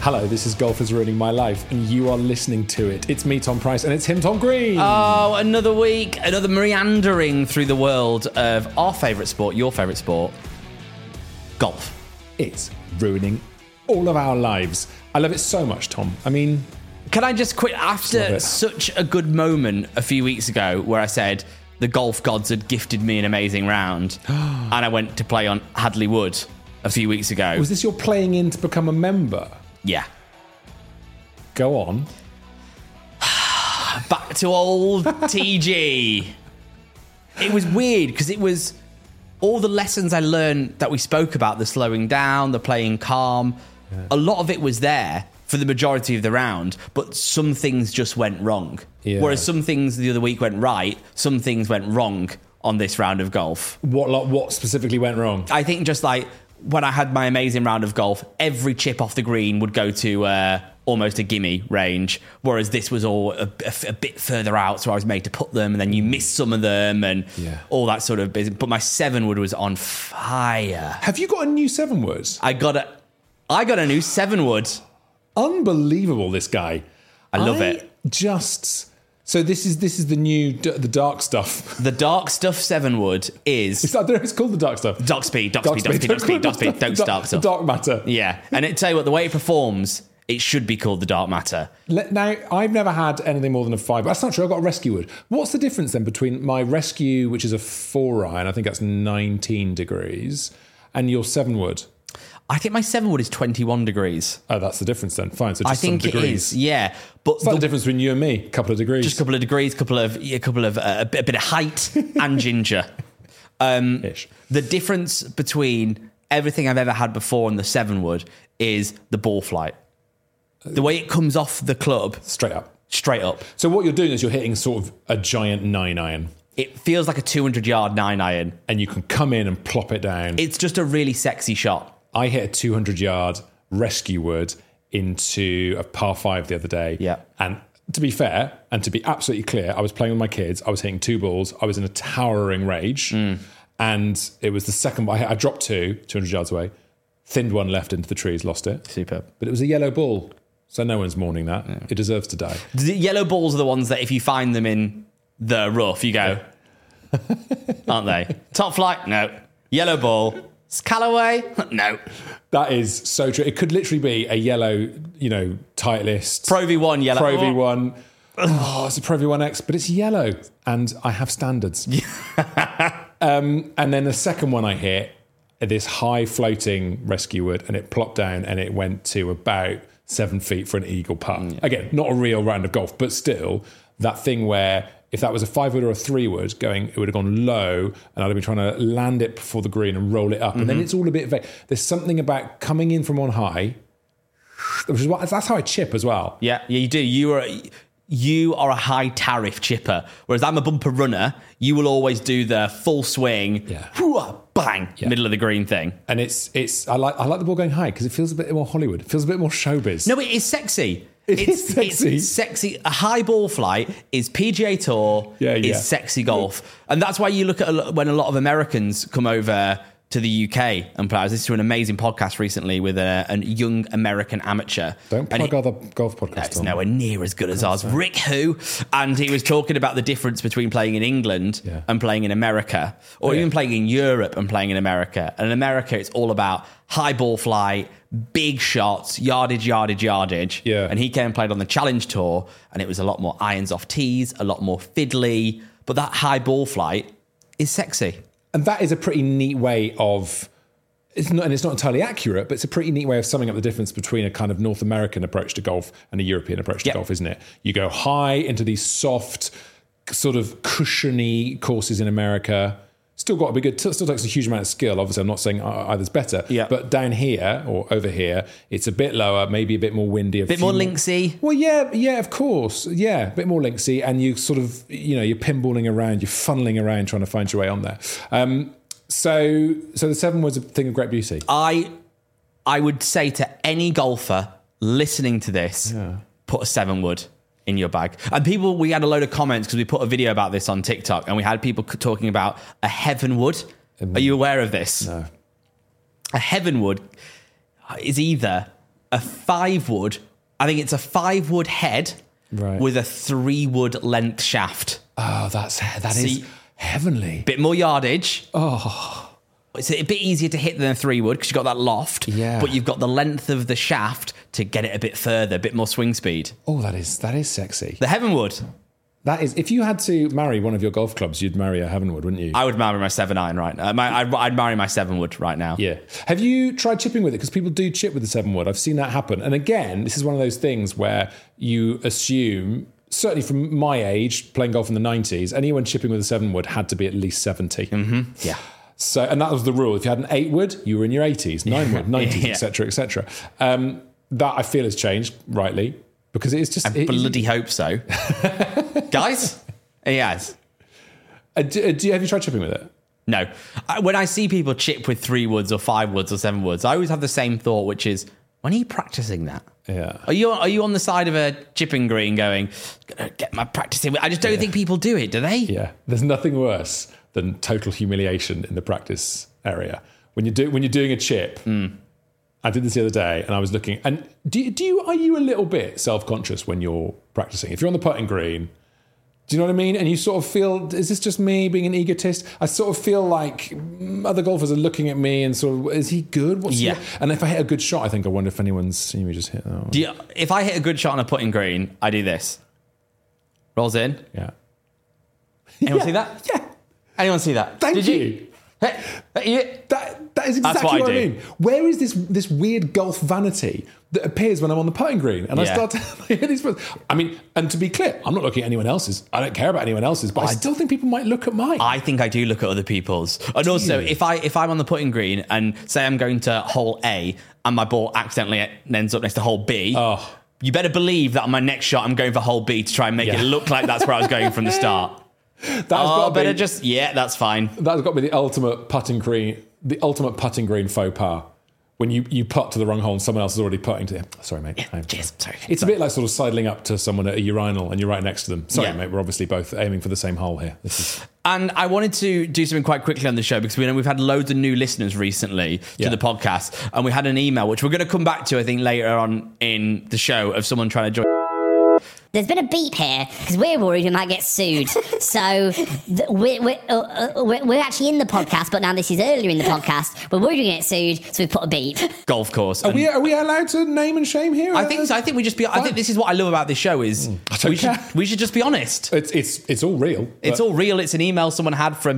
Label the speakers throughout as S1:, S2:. S1: Hello, this is Golf is Ruining My Life, and you are listening to it. It's me, Tom Price, and it's him, Tom Green.
S2: Oh, another week, another meandering through the world of our favourite sport, your favourite sport, golf.
S1: it's ruining all of our lives. I love it so much, Tom. I mean,
S2: Can I just quit
S1: Love
S2: after
S1: it.
S2: such a good moment a few weeks ago where I said the golf gods had gifted me an amazing round and I went to play on Hadley Wood a few weeks ago?
S1: was this your playing in to become a member?
S2: yeah.
S1: Go on.
S2: Back to old TG. It was weird because it was all the lessons I learned that we spoke about the slowing down, the playing calm. A lot of it was there for the majority of the round, but some things just went wrong.
S1: Yeah.
S2: Whereas some things the other week went right, some things went wrong on this round of golf.
S1: What like, what specifically went wrong?
S2: I think just like when I had my amazing round of golf, every chip off the green would go to uh, almost a gimme range, whereas this was all a, a- a bit further out, so I was made to put them, and then you miss some of them, and
S1: Yeah.
S2: all that sort of business. But my seven wood was on fire.
S1: Have you got a new seven words?
S2: I got a, I got a new seven wood.
S1: Unbelievable, this guy. I
S2: love it.
S1: Just so this is this is the new d- the dark stuff.
S2: The dark stuff seven wood is
S1: I don't know. if It's called the dark stuff.
S2: dark speed, dark speed, dark speed, dark speed, dark speed, dark dark stuff.
S1: Dark matter.
S2: Yeah, and it tell you what, the way it performs, it should be called the dark matter.
S1: Let- Now, I've never had anything more than a five. That's not true. I've got a rescue wood. What's the difference then between my rescue, which is a four iron, I think that's 19 degrees, and your seven wood?
S2: I think my seven wood is twenty-one degrees.
S1: Oh, that's the difference then. Fine. So just
S2: I think
S1: some
S2: it
S1: degrees.
S2: is. Yeah, but
S1: It's like
S2: the-
S1: the difference between you and me, a couple of degrees.
S2: just a couple of degrees, couple of a couple of uh, a, bit, a bit of height and ginger. Um,
S1: Ish.
S2: the difference between everything I've ever had before and the seven wood is the ball flight. The way it comes off the club
S1: Straight up.
S2: straight up,
S1: So what you're doing is you're hitting sort of a giant nine iron,
S2: it feels like a 200 yard nine iron.
S1: and you can come in and plop it down.
S2: It's just a really sexy shot.
S1: I hit a 200 yard rescue wood into a par five the other day.
S2: Yeah.
S1: And to be fair and to be absolutely clear, I was playing with my kids. I was hitting two balls. I was in a towering rage.
S2: Hmm.
S1: And it was the second I, I dropped two, 200 yards away, thinned one left into the trees, lost it.
S2: Superb.
S1: But it was a yellow ball. So no one's mourning that. It deserves to die.
S2: The yellow balls are the ones that if you find them in the rough, you go, aren't they? Top flight? No. Yellow ball. It's Callaway? No.
S1: That is so true. It could literally be a yellow, you know, tight list.
S2: Pro V1 yellow.
S1: Pro V1. Oh, it's a Pro V1X, but it's yellow, and I have standards. um, and then the second one I hit, this high floating rescue wood, and it plopped down and it went to about seven feet for an eagle putt. Again, not a real round of golf, but still that thing where if that was a five wood or a three wood going, it would have gone low, and I'd have been trying to land it before the green and roll it up. And then it's all a bit vague. There's something about coming in from on high, which is what, that's how I chip as well.
S2: Yeah, yeah, you do. You are you are a high tariff chipper, whereas I'm a bumper runner. You will always do the full swing,
S1: Yeah.
S2: whoo-ah, bang, middle of the green thing.
S1: and it's it's I like I like the ball going high because it feels a bit more Hollywood. It feels a bit more showbiz.
S2: No, it is sexy.
S1: It is sexy.
S2: It's sexy. A high ball flight is PGA Tour.
S1: Yeah, yeah.
S2: Is sexy golf, and that's why you look at a, lo- when a lot of Americans come over to the UK and play. I was listening to an amazing podcast recently with a, a young American amateur.
S1: Don't
S2: And
S1: plug
S2: he-
S1: other golf podcasts
S2: it's
S1: on.
S2: nowhere near as good as ours. Rick Who, and he was talking about the difference between playing in England
S1: Yeah.
S2: and playing in America, or
S1: yeah.
S2: even playing in Europe and playing in America. And in America, it's all about high ball flight, big shots, yardage, yardage, yardage.
S1: Yeah.
S2: And he came and played on the Challenge Tour, and it was a lot more irons off tees, a lot more fiddly. But that high ball flight is sexy.
S1: And that is a pretty neat way of it's not and it's not entirely accurate, but it's a pretty neat way of summing up the difference between a kind of North American approach to golf and a European approach to
S2: Yep.
S1: golf, isn't it? You go high into these soft, sort of cushiony courses in America. Still got to be good. Still still takes a huge amount of skill. Obviously, I'm not saying e- either's better.
S2: Yeah.
S1: But down here or over here, it's a bit lower, maybe a bit more windy, a
S2: Bit
S1: few
S2: more linksy.
S1: well, yeah, yeah, of course, yeah, a bit more linksy, and you sort of, you know, you're pinballing around, you're funneling around, trying to find your way on there. Um, so, so the seven was a thing of great beauty.
S2: I I would say to any golfer listening to this, put a seven wood in your bag. And people, we had a load of comments because we put a video about this on TikTok, and we had people c- talking about a heaven wood. Are you aware of this?
S1: No.
S2: A heaven wood is either a five wood. I think it's a five wood head
S1: Right.
S2: with a three wood length shaft.
S1: Oh, that's that is
S2: See-
S1: heavenly.
S2: Bit more yardage. Oh. It's a bit easier to hit than a three wood because you've got that loft.
S1: Yeah.
S2: But you've got the length of the shaft to get it a bit further, a bit more swing speed.
S1: Oh, that is that is sexy.
S2: The Heavenwood,
S1: That is. If you had to marry one of your golf clubs, you'd marry a heavenwood, wouldn't you?
S2: I would marry my seven iron right now. My, I'd, I'd marry my seven wood right now.
S1: Yeah. Have you tried chipping with it? Because people do chip with the seven wood. I've seen that happen. And again, this is one of those things where you assume, certainly from my age, playing golf in the 90s, anyone chipping with a seven wood had to be at least 70.
S2: Yeah.
S1: So, and that was the rule. If you had an eight wood, you were in your 80s, nine wood, 90s,
S2: Yeah.
S1: etc., etc. Um, that I feel has changed, rightly, because it is just. it-
S2: Bloody hope so. Guys? Yes.
S1: Uh, do, uh, do you- have you tried chipping with it?
S2: No. I, when I see people chip with three woods or five woods or seven woods, I always have the same thought, which is, when are you practicing that?
S1: Yeah.
S2: Are you are you on the side of a chipping green going, "Gonna get my practice in? I just don't think people do it, do they?
S1: Yeah, there's nothing worse than total humiliation in the practice area when you do when you're doing a chip. I did this the other day, and I was looking. And do you- do you are you a little bit self conscious when you're practicing? If you're on the putting green, do you know what I mean? And you sort of feel is this just me being an egotist? I sort of feel like mm, other golfers are looking at me and sort of is he good? What's he-
S2: Yeah.
S1: And if I hit a good shot, I think I wonder if anyone's seen me just hit oh, that. One.
S2: Do you- if I hit a good shot on a putting green, I do this. Rolls in.
S1: Yeah.
S2: Anyone see that?
S1: Yeah.
S2: Anyone see that?
S1: Thank
S2: Did
S1: you.
S2: Hey, hey, you-
S1: That that is
S2: That's
S1: exactly what,
S2: what I
S1: I,
S2: do.
S1: mean. Where is this this weird golf vanity that appears when I'm on the putting green and I
S2: Yeah.
S1: start to hear these? words? I mean, and to be clear, I'm not looking at anyone else's. I don't care about anyone else's, but I, still think people might look at mine.
S2: I think I do look at other people's. And also,
S1: you?
S2: if I if I'm on the putting green and say I'm going to hole A and my ball accidentally ends up next to hole B,
S1: Oh.
S2: you better believe that on my next shot I'm going for hole B to try and make
S1: Yeah.
S2: it look like that's where I was going from the start.
S1: That's
S2: Oh,
S1: got to
S2: better
S1: be,
S2: just yeah, that's fine.
S1: that's got to be the ultimate putting green, the ultimate putting green faux pas. When you, you putt to the wrong hole and someone else is already putting to him. Sorry, mate. I am-
S2: cheers. Sorry.
S1: It's a bit like sort of sidling up to someone at a urinal and you're right next to them. Sorry,
S2: Yeah.
S1: mate. We're obviously both aiming for the same hole here. This is
S2: And I wanted to do something quite quickly on the show because we know we've had loads of new listeners recently to
S1: Yeah.
S2: the podcast, and we had an email which we're going to come back to, I think, later on in the show of someone trying to join.
S3: There's been a beep here because we're worried we might get sued. so th- we're, we're, uh, uh, we're, we're actually in the podcast, but now this is earlier in the podcast. We're worried we get sued, so we've put a beep.
S2: golf course.
S1: Are Oh, we, are we allowed to name and shame here?
S2: I think so. I think we just be. I think this is what I love about this show is
S1: don't
S2: we should
S1: care.
S2: we should just be honest.
S1: It's it's it's all real.
S2: It's
S1: but
S2: all real. It's an email someone had from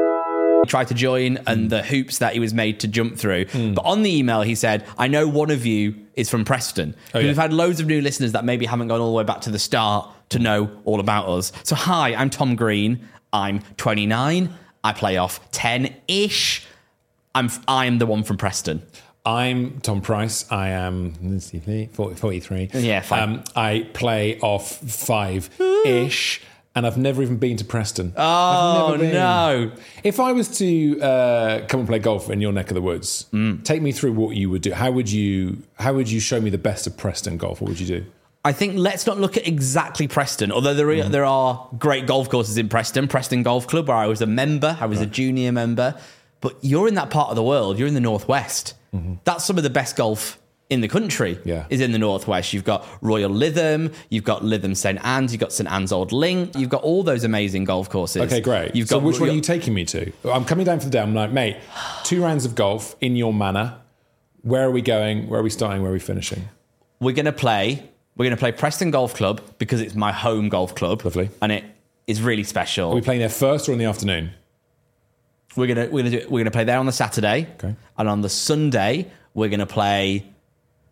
S2: tried to join and the hoops that he was made to jump through. But on the email, he said, "I know one of you is from Preston.
S1: yeah.
S2: We've had loads of new listeners that maybe haven't gone all the way back to the start to know all about us. So hi, I'm Tom Green. I'm 29. I play off 10 ish. I'm I'm the one from Preston.
S1: I'm Tom Price. I am let's see, 40 43.
S2: Yeah, fine.
S1: Um, I play off five ish, and I've never even been to Preston.
S2: Oh
S1: I've never been.
S2: no,
S1: If I was to uh, come and play golf in your neck of the woods,
S2: Mm.
S1: take me through what you would do. How would you How would you show me the best of Preston golf? What would you do?
S2: I think let's not look at exactly Preston, although there,
S1: Mm.
S2: are there are great golf courses in Preston. Preston Golf Club, where I was a member, I was a junior member, But you're in that part of the world. You're in the northwest. That's some of the best golf in the country.
S1: Mm-hmm. Yeah.
S2: is in the northwest. You've got Royal Lytham. You've got Lytham St Anne's. You've got St Anne's Old Link. You've got all those amazing golf courses.
S1: Okay, great.
S2: You've
S1: so
S2: got
S1: which one are
S2: Royal-
S1: you taking me to? I'm coming down for the day. I'm like, mate, two rounds of golf in your manor. Where are we going? Where are we starting? Where are we finishing?
S2: we're going to play we're going to play Preston Golf Club because it's my home golf club.
S1: Lovely.
S2: And it is really
S1: Are
S2: special.
S1: we playing there first or in the afternoon?
S2: We're going to we're going to do, we're going to play there on the Saturday.
S1: Okay.
S2: And on the Sunday we're going to play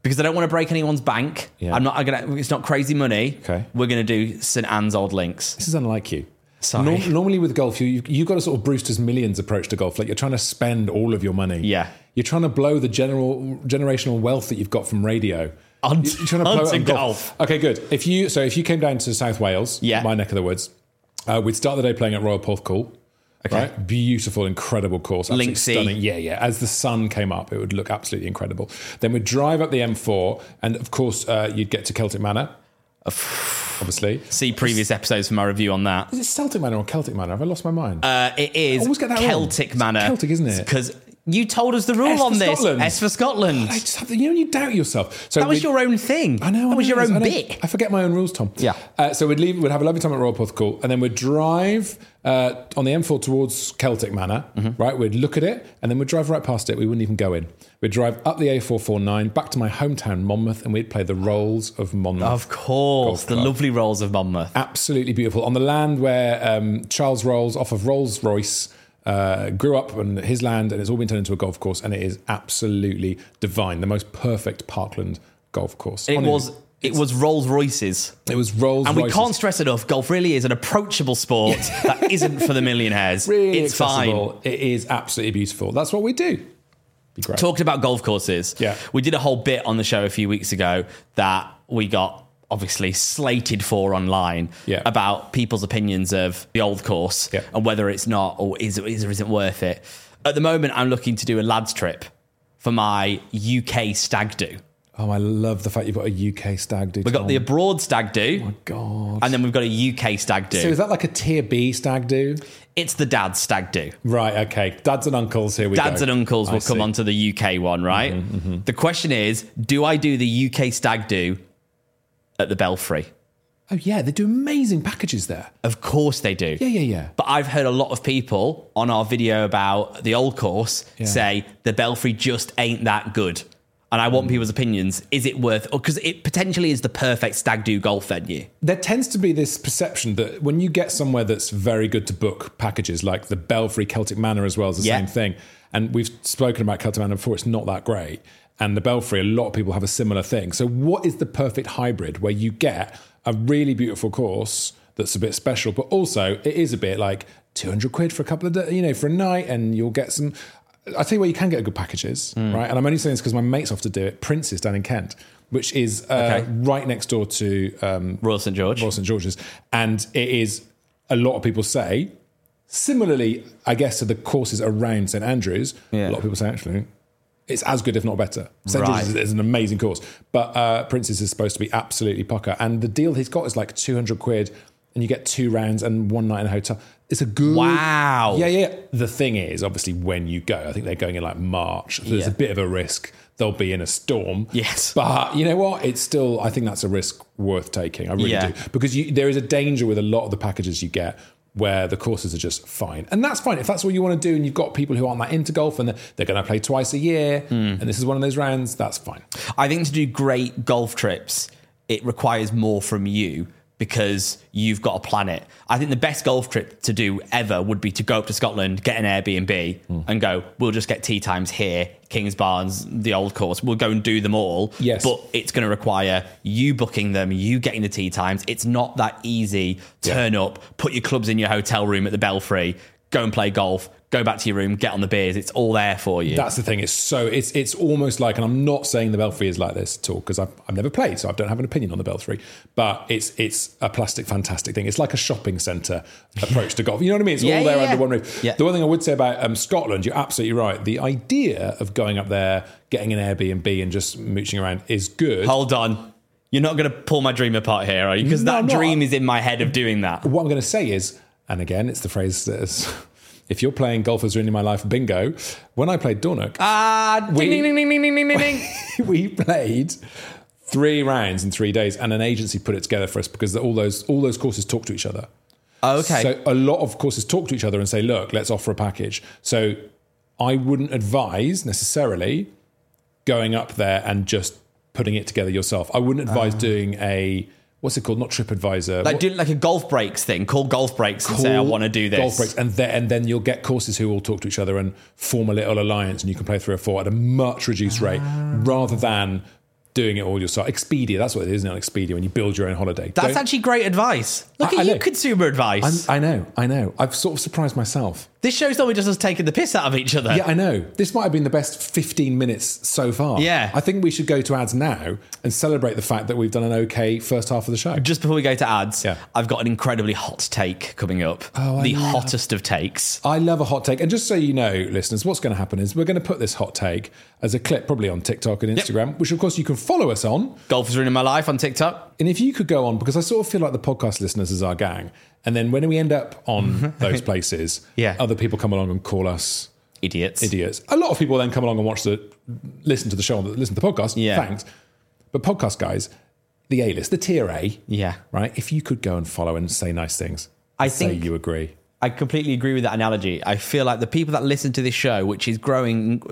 S2: because I don't want to break anyone's bank.
S1: Yeah.
S2: I'm not I'm going to it's not crazy money.
S1: Okay.
S2: We're going to do St Anne's Old Links.
S1: This is unlike you.
S2: Sorry.
S1: normally with golf, you you you've got a sort of Brewster's Millions approach to golf. Like you're trying to spend all of your money.
S2: Yeah.
S1: You're trying to blow the general generational wealth that you've got from radio.
S2: On-
S1: You're trying to blow it
S2: onto
S1: on golf. Okay, good. If you so if you came down to South Wales,
S2: Yeah.
S1: my neck of the woods, uh, we'd start the day playing at Royal Porthcawl. Okay. Right? Beautiful, incredible course. Absolutely
S2: Linksy.
S1: stunning. Yeah, yeah. As the sun came up, it would look absolutely incredible. Then we'd drive up the M4, and of course, uh, you'd get to Celtic Manor. Obviously.
S2: See previous episodes for my review on that.
S1: Is it Celtic Manor or Celtic Manor? Have I lost my mind?
S2: Uh, it is
S1: always get that wrong.
S2: Celtic
S1: It's
S2: manner.
S1: Celtic, isn't it?
S2: Because you told us the rule
S1: S for
S2: on this.
S1: Scotland. Oh,
S2: S for Scotland.
S1: I just have to, you know, you doubt yourself. So
S2: that was
S1: we'd-
S2: your own thing.
S1: I know.
S2: That
S1: I
S2: was
S1: know,
S2: your
S1: I
S2: own
S1: know.
S2: bit.
S1: I forget my own rules, Tom.
S2: Yeah.
S1: Uh, so we'd leave. We'd have a lovely time at Royal Porthcawl, and then we'd drive uh, on the M4 towards Celtic Manor.
S2: Mm-hmm.
S1: Right. We'd look at it, and then we'd drive right past it. We wouldn't even go in. We'd drive up the A449 back to my hometown Monmouth, and we'd play the roles of Monmouth.
S2: Of course,
S1: Golf
S2: the
S1: club.
S2: lovely rolls of Monmouth.
S1: absolutely beautiful on the land where um, Charles Rolls off of Rolls Royce uh, grew up on his land, and it's all been turned into a golf course, and it is absolutely divine, the most perfect parkland golf course.
S2: It
S1: Honestly,
S2: was it was Rolls Royces,
S1: it was Rolls,
S2: and we
S1: Royces.
S2: can't stress enough. Golf really is an approachable sport that isn't for the millionaires.
S1: really
S2: it's fine.
S1: accessible. It is absolutely beautiful. That's what we do. Be great.
S2: Talking about golf courses,
S1: Yeah.
S2: we did a whole bit on the show a few weeks ago that we got obviously slated for online
S1: Yeah.
S2: about people's opinions of the old course
S1: Yeah.
S2: and whether it's not or is is or isn't worth it. At the moment, I'm looking to do a lads trip for my UK stag do.
S1: Oh, I love the fact you've got a UK stag do. Oh,
S2: We've got the abroad stag do.
S1: God.
S2: and then we've got a UK stag do.
S1: So is that like a tier B stag do?
S2: it's the dad's stag do.
S1: Right. Okay. Dads and uncles. Here we go.
S2: Dads and uncles
S1: I
S2: will come
S1: see. Mm-hmm,
S2: onto the UK one, right? The question is, do I do the UK stag do at the Belfry?
S1: Oh yeah, they do amazing packages there.
S2: Of course they do.
S1: Yeah, yeah, yeah.
S2: But I've heard a lot of people on our video about the old course
S1: Yeah.
S2: say the Belfry just ain't that good. And I
S1: Mm.
S2: want people's opinions. Is it worth, because it potentially is the perfect stag do golf venue.
S1: there tends to be this perception that when you get somewhere that's very good to book packages, like the Belfry Celtic Manor as well is the
S2: Yeah.
S1: same thing. And we've spoken about Celtic Manor before, it's not that great. And the Belfry, a lot of people have a similar thing. So, what is the perfect hybrid where you get a really beautiful course that's a bit special, but also it is a bit like 200 quid for a couple of, da- you know, for a night, and you'll get some. I tell you where you can get good packages,
S2: Hmm.
S1: right? And I'm only saying this because my mate's off to do it. Prince's down in Kent, which is uh,
S2: Okay.
S1: right next door to um,
S2: Royal St. George.
S1: Royal St George's, and it is a lot of people say. Similarly, I guess to the courses around St Andrews,
S2: Yeah.
S1: a lot of people say actually it's as good, if not better. St
S2: Right.
S1: George's is, is an amazing course, but uh, Prince's is supposed to be absolutely pucker, and the deal he's got is like two hundred quid, and you get two rounds and one night in a hotel. It's a good
S2: Wow.
S1: yeah, yeah. The thing is, obviously, when you go, I think they're going in like March. So there's
S2: Yeah.
S1: a bit of a risk. They'll be in a storm.
S2: Yes.
S1: But you know what? It's still, I think that's a risk worth taking. I really
S2: Yeah.
S1: do. Because you, there is a danger with a lot of the packages you get where the courses are just fine. And that's fine. If that's what you want to do and you've got people who aren't that into golf and they're, they're going to play twice a year
S2: Hmm.
S1: and this is one of those rounds, that's fine.
S2: I think to do great golf trips, it requires more from you because you've got to plan it. I think the best golf trip to do ever would be to go up to Scotland, get an Airbnb, and go, we'll just get tea times here, King's Barnes, the old course. We'll go and do them all.
S1: Yes.
S2: But it's going to require you booking them, you getting the tea times. It's not that easy. Turn up, put your clubs in your hotel room at the Belfry, go and play golf, go back to your room, get on the beers. It's all there for you.
S1: That's the thing. It's so it's it's almost like, and I'm not saying the Belfry is like this at all because I've, I've never played, so I don't have an opinion on the Belfry. But it's it's a plastic fantastic thing. It's like a shopping centre approach to golf. You know what I mean? It's
S2: Yeah,
S1: all there
S2: yeah,
S1: under
S2: yeah.
S1: one roof.
S2: Yeah.
S1: The one thing I would say about um, Scotland, you're absolutely right. The idea of going up there, getting an Airbnb, and just mooching around is good.
S2: Hold on. You're not going to pull my dream apart here, are you? Because
S1: No,
S2: that
S1: I'm not.
S2: dream is in my head of doing that.
S1: what I'm going to say is, and again, it's the phrase that is if you're playing Golf Has Ruined My Life bingo, when I played Dornook,
S2: Ah, ding,
S1: We-
S2: ding, ding, ding, ding, ding, ding, ding, ding.
S1: we played three rounds in three days, and an agency put it together for us because all those all those courses talk to each other.
S2: Okay.
S1: So a lot of courses talk to each other and say, "Look, let's offer a package." So I wouldn't advise necessarily going up there and just putting it together yourself. I wouldn't advise doing a what's it called? Not TripAdvisor.
S2: Ah. like
S1: What-
S2: do like a golf breaks thing. Call golf breaks and say I
S1: Call
S2: want to do this.
S1: Golf breaks, and then and then you'll get courses who all talk to each other and form a little alliance, and you can play three or four at a much reduced rate,
S2: Ah.
S1: rather than doing it all yourself. Expedia, that's what it is now. Expedia, when you build your own holiday.
S2: That's
S1: Don't-
S2: actually great advice. Look
S1: I-
S2: at
S1: I
S2: you,
S1: know.
S2: consumer advice.
S1: I'm- I know, I know. I've sort of surprised myself.
S2: this show's not just us taking the piss out of each other.
S1: Yeah, I know. This might have been the best 15 minutes so far.
S2: Yeah.
S1: I think we should go to ads now and celebrate the fact that we've done an okay first half of the show.
S2: Just before we go to ads,
S1: Yeah.
S2: I've got an incredibly hot take coming up.
S1: Oh, I
S2: the
S1: love-
S2: hottest of takes.
S1: I love a hot take. And just so you know, listeners, what's going to happen is we're going to put this hot take as a clip, probably on TikTok and Instagram, which of course you can follow us on.
S2: Golf is ruining my life on TikTok.
S1: And if you could go on, because I sort of feel like the podcast listeners is our gang. And then when we end up on those places,
S2: Mm-hmm. Yeah.
S1: other people come along and call us
S2: Idiots.
S1: idiots. A lot of people then come along and watch the, listen to the show, and listen to the podcast.
S2: Yeah.
S1: Thanks. But podcast guys, the A list, the tier A,
S2: Yeah.
S1: right? If you could go and follow and say nice things,
S2: I
S1: say
S2: think-
S1: you agree.
S2: I completely agree with that analogy. I feel like the people that listen to this show, which is growing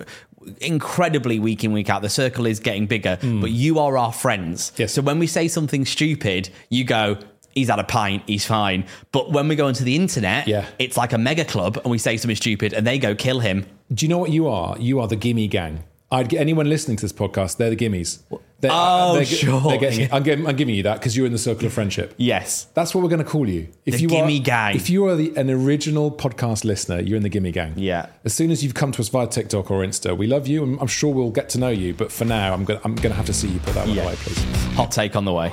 S2: incredibly week in, week out, the circle is getting bigger, but you are our friends.
S1: Hmm. Yes.
S2: So when we say something stupid, you go, he's had a pint, he's fine. But when we go onto the internet,
S1: Yeah.
S2: it's like a mega club and we say something stupid and they go, kill him.
S1: Do you know what you are? You are the gimme gang. I'd get anyone listening to this podcast. They're the gimmies. They're, uh,
S2: Oh,
S1: they're-
S2: sure.
S1: they're getting- I'm, giving, I'm giving you that because you're in the circle of friendship.
S2: Yes.
S1: That's what we're going to call you. If
S2: The
S1: you
S2: gimme
S1: are,
S2: gang.
S1: If you are the, an original podcast listener, you're in the gimme gang.
S2: Yeah.
S1: As soon as you've come to us via TikTok or Insta, we love you, and I'm sure we'll get to know you. But for now, I'm going. I'm going to have to see you put that one
S2: Yeah.
S1: away, please.
S2: Hot take on the way.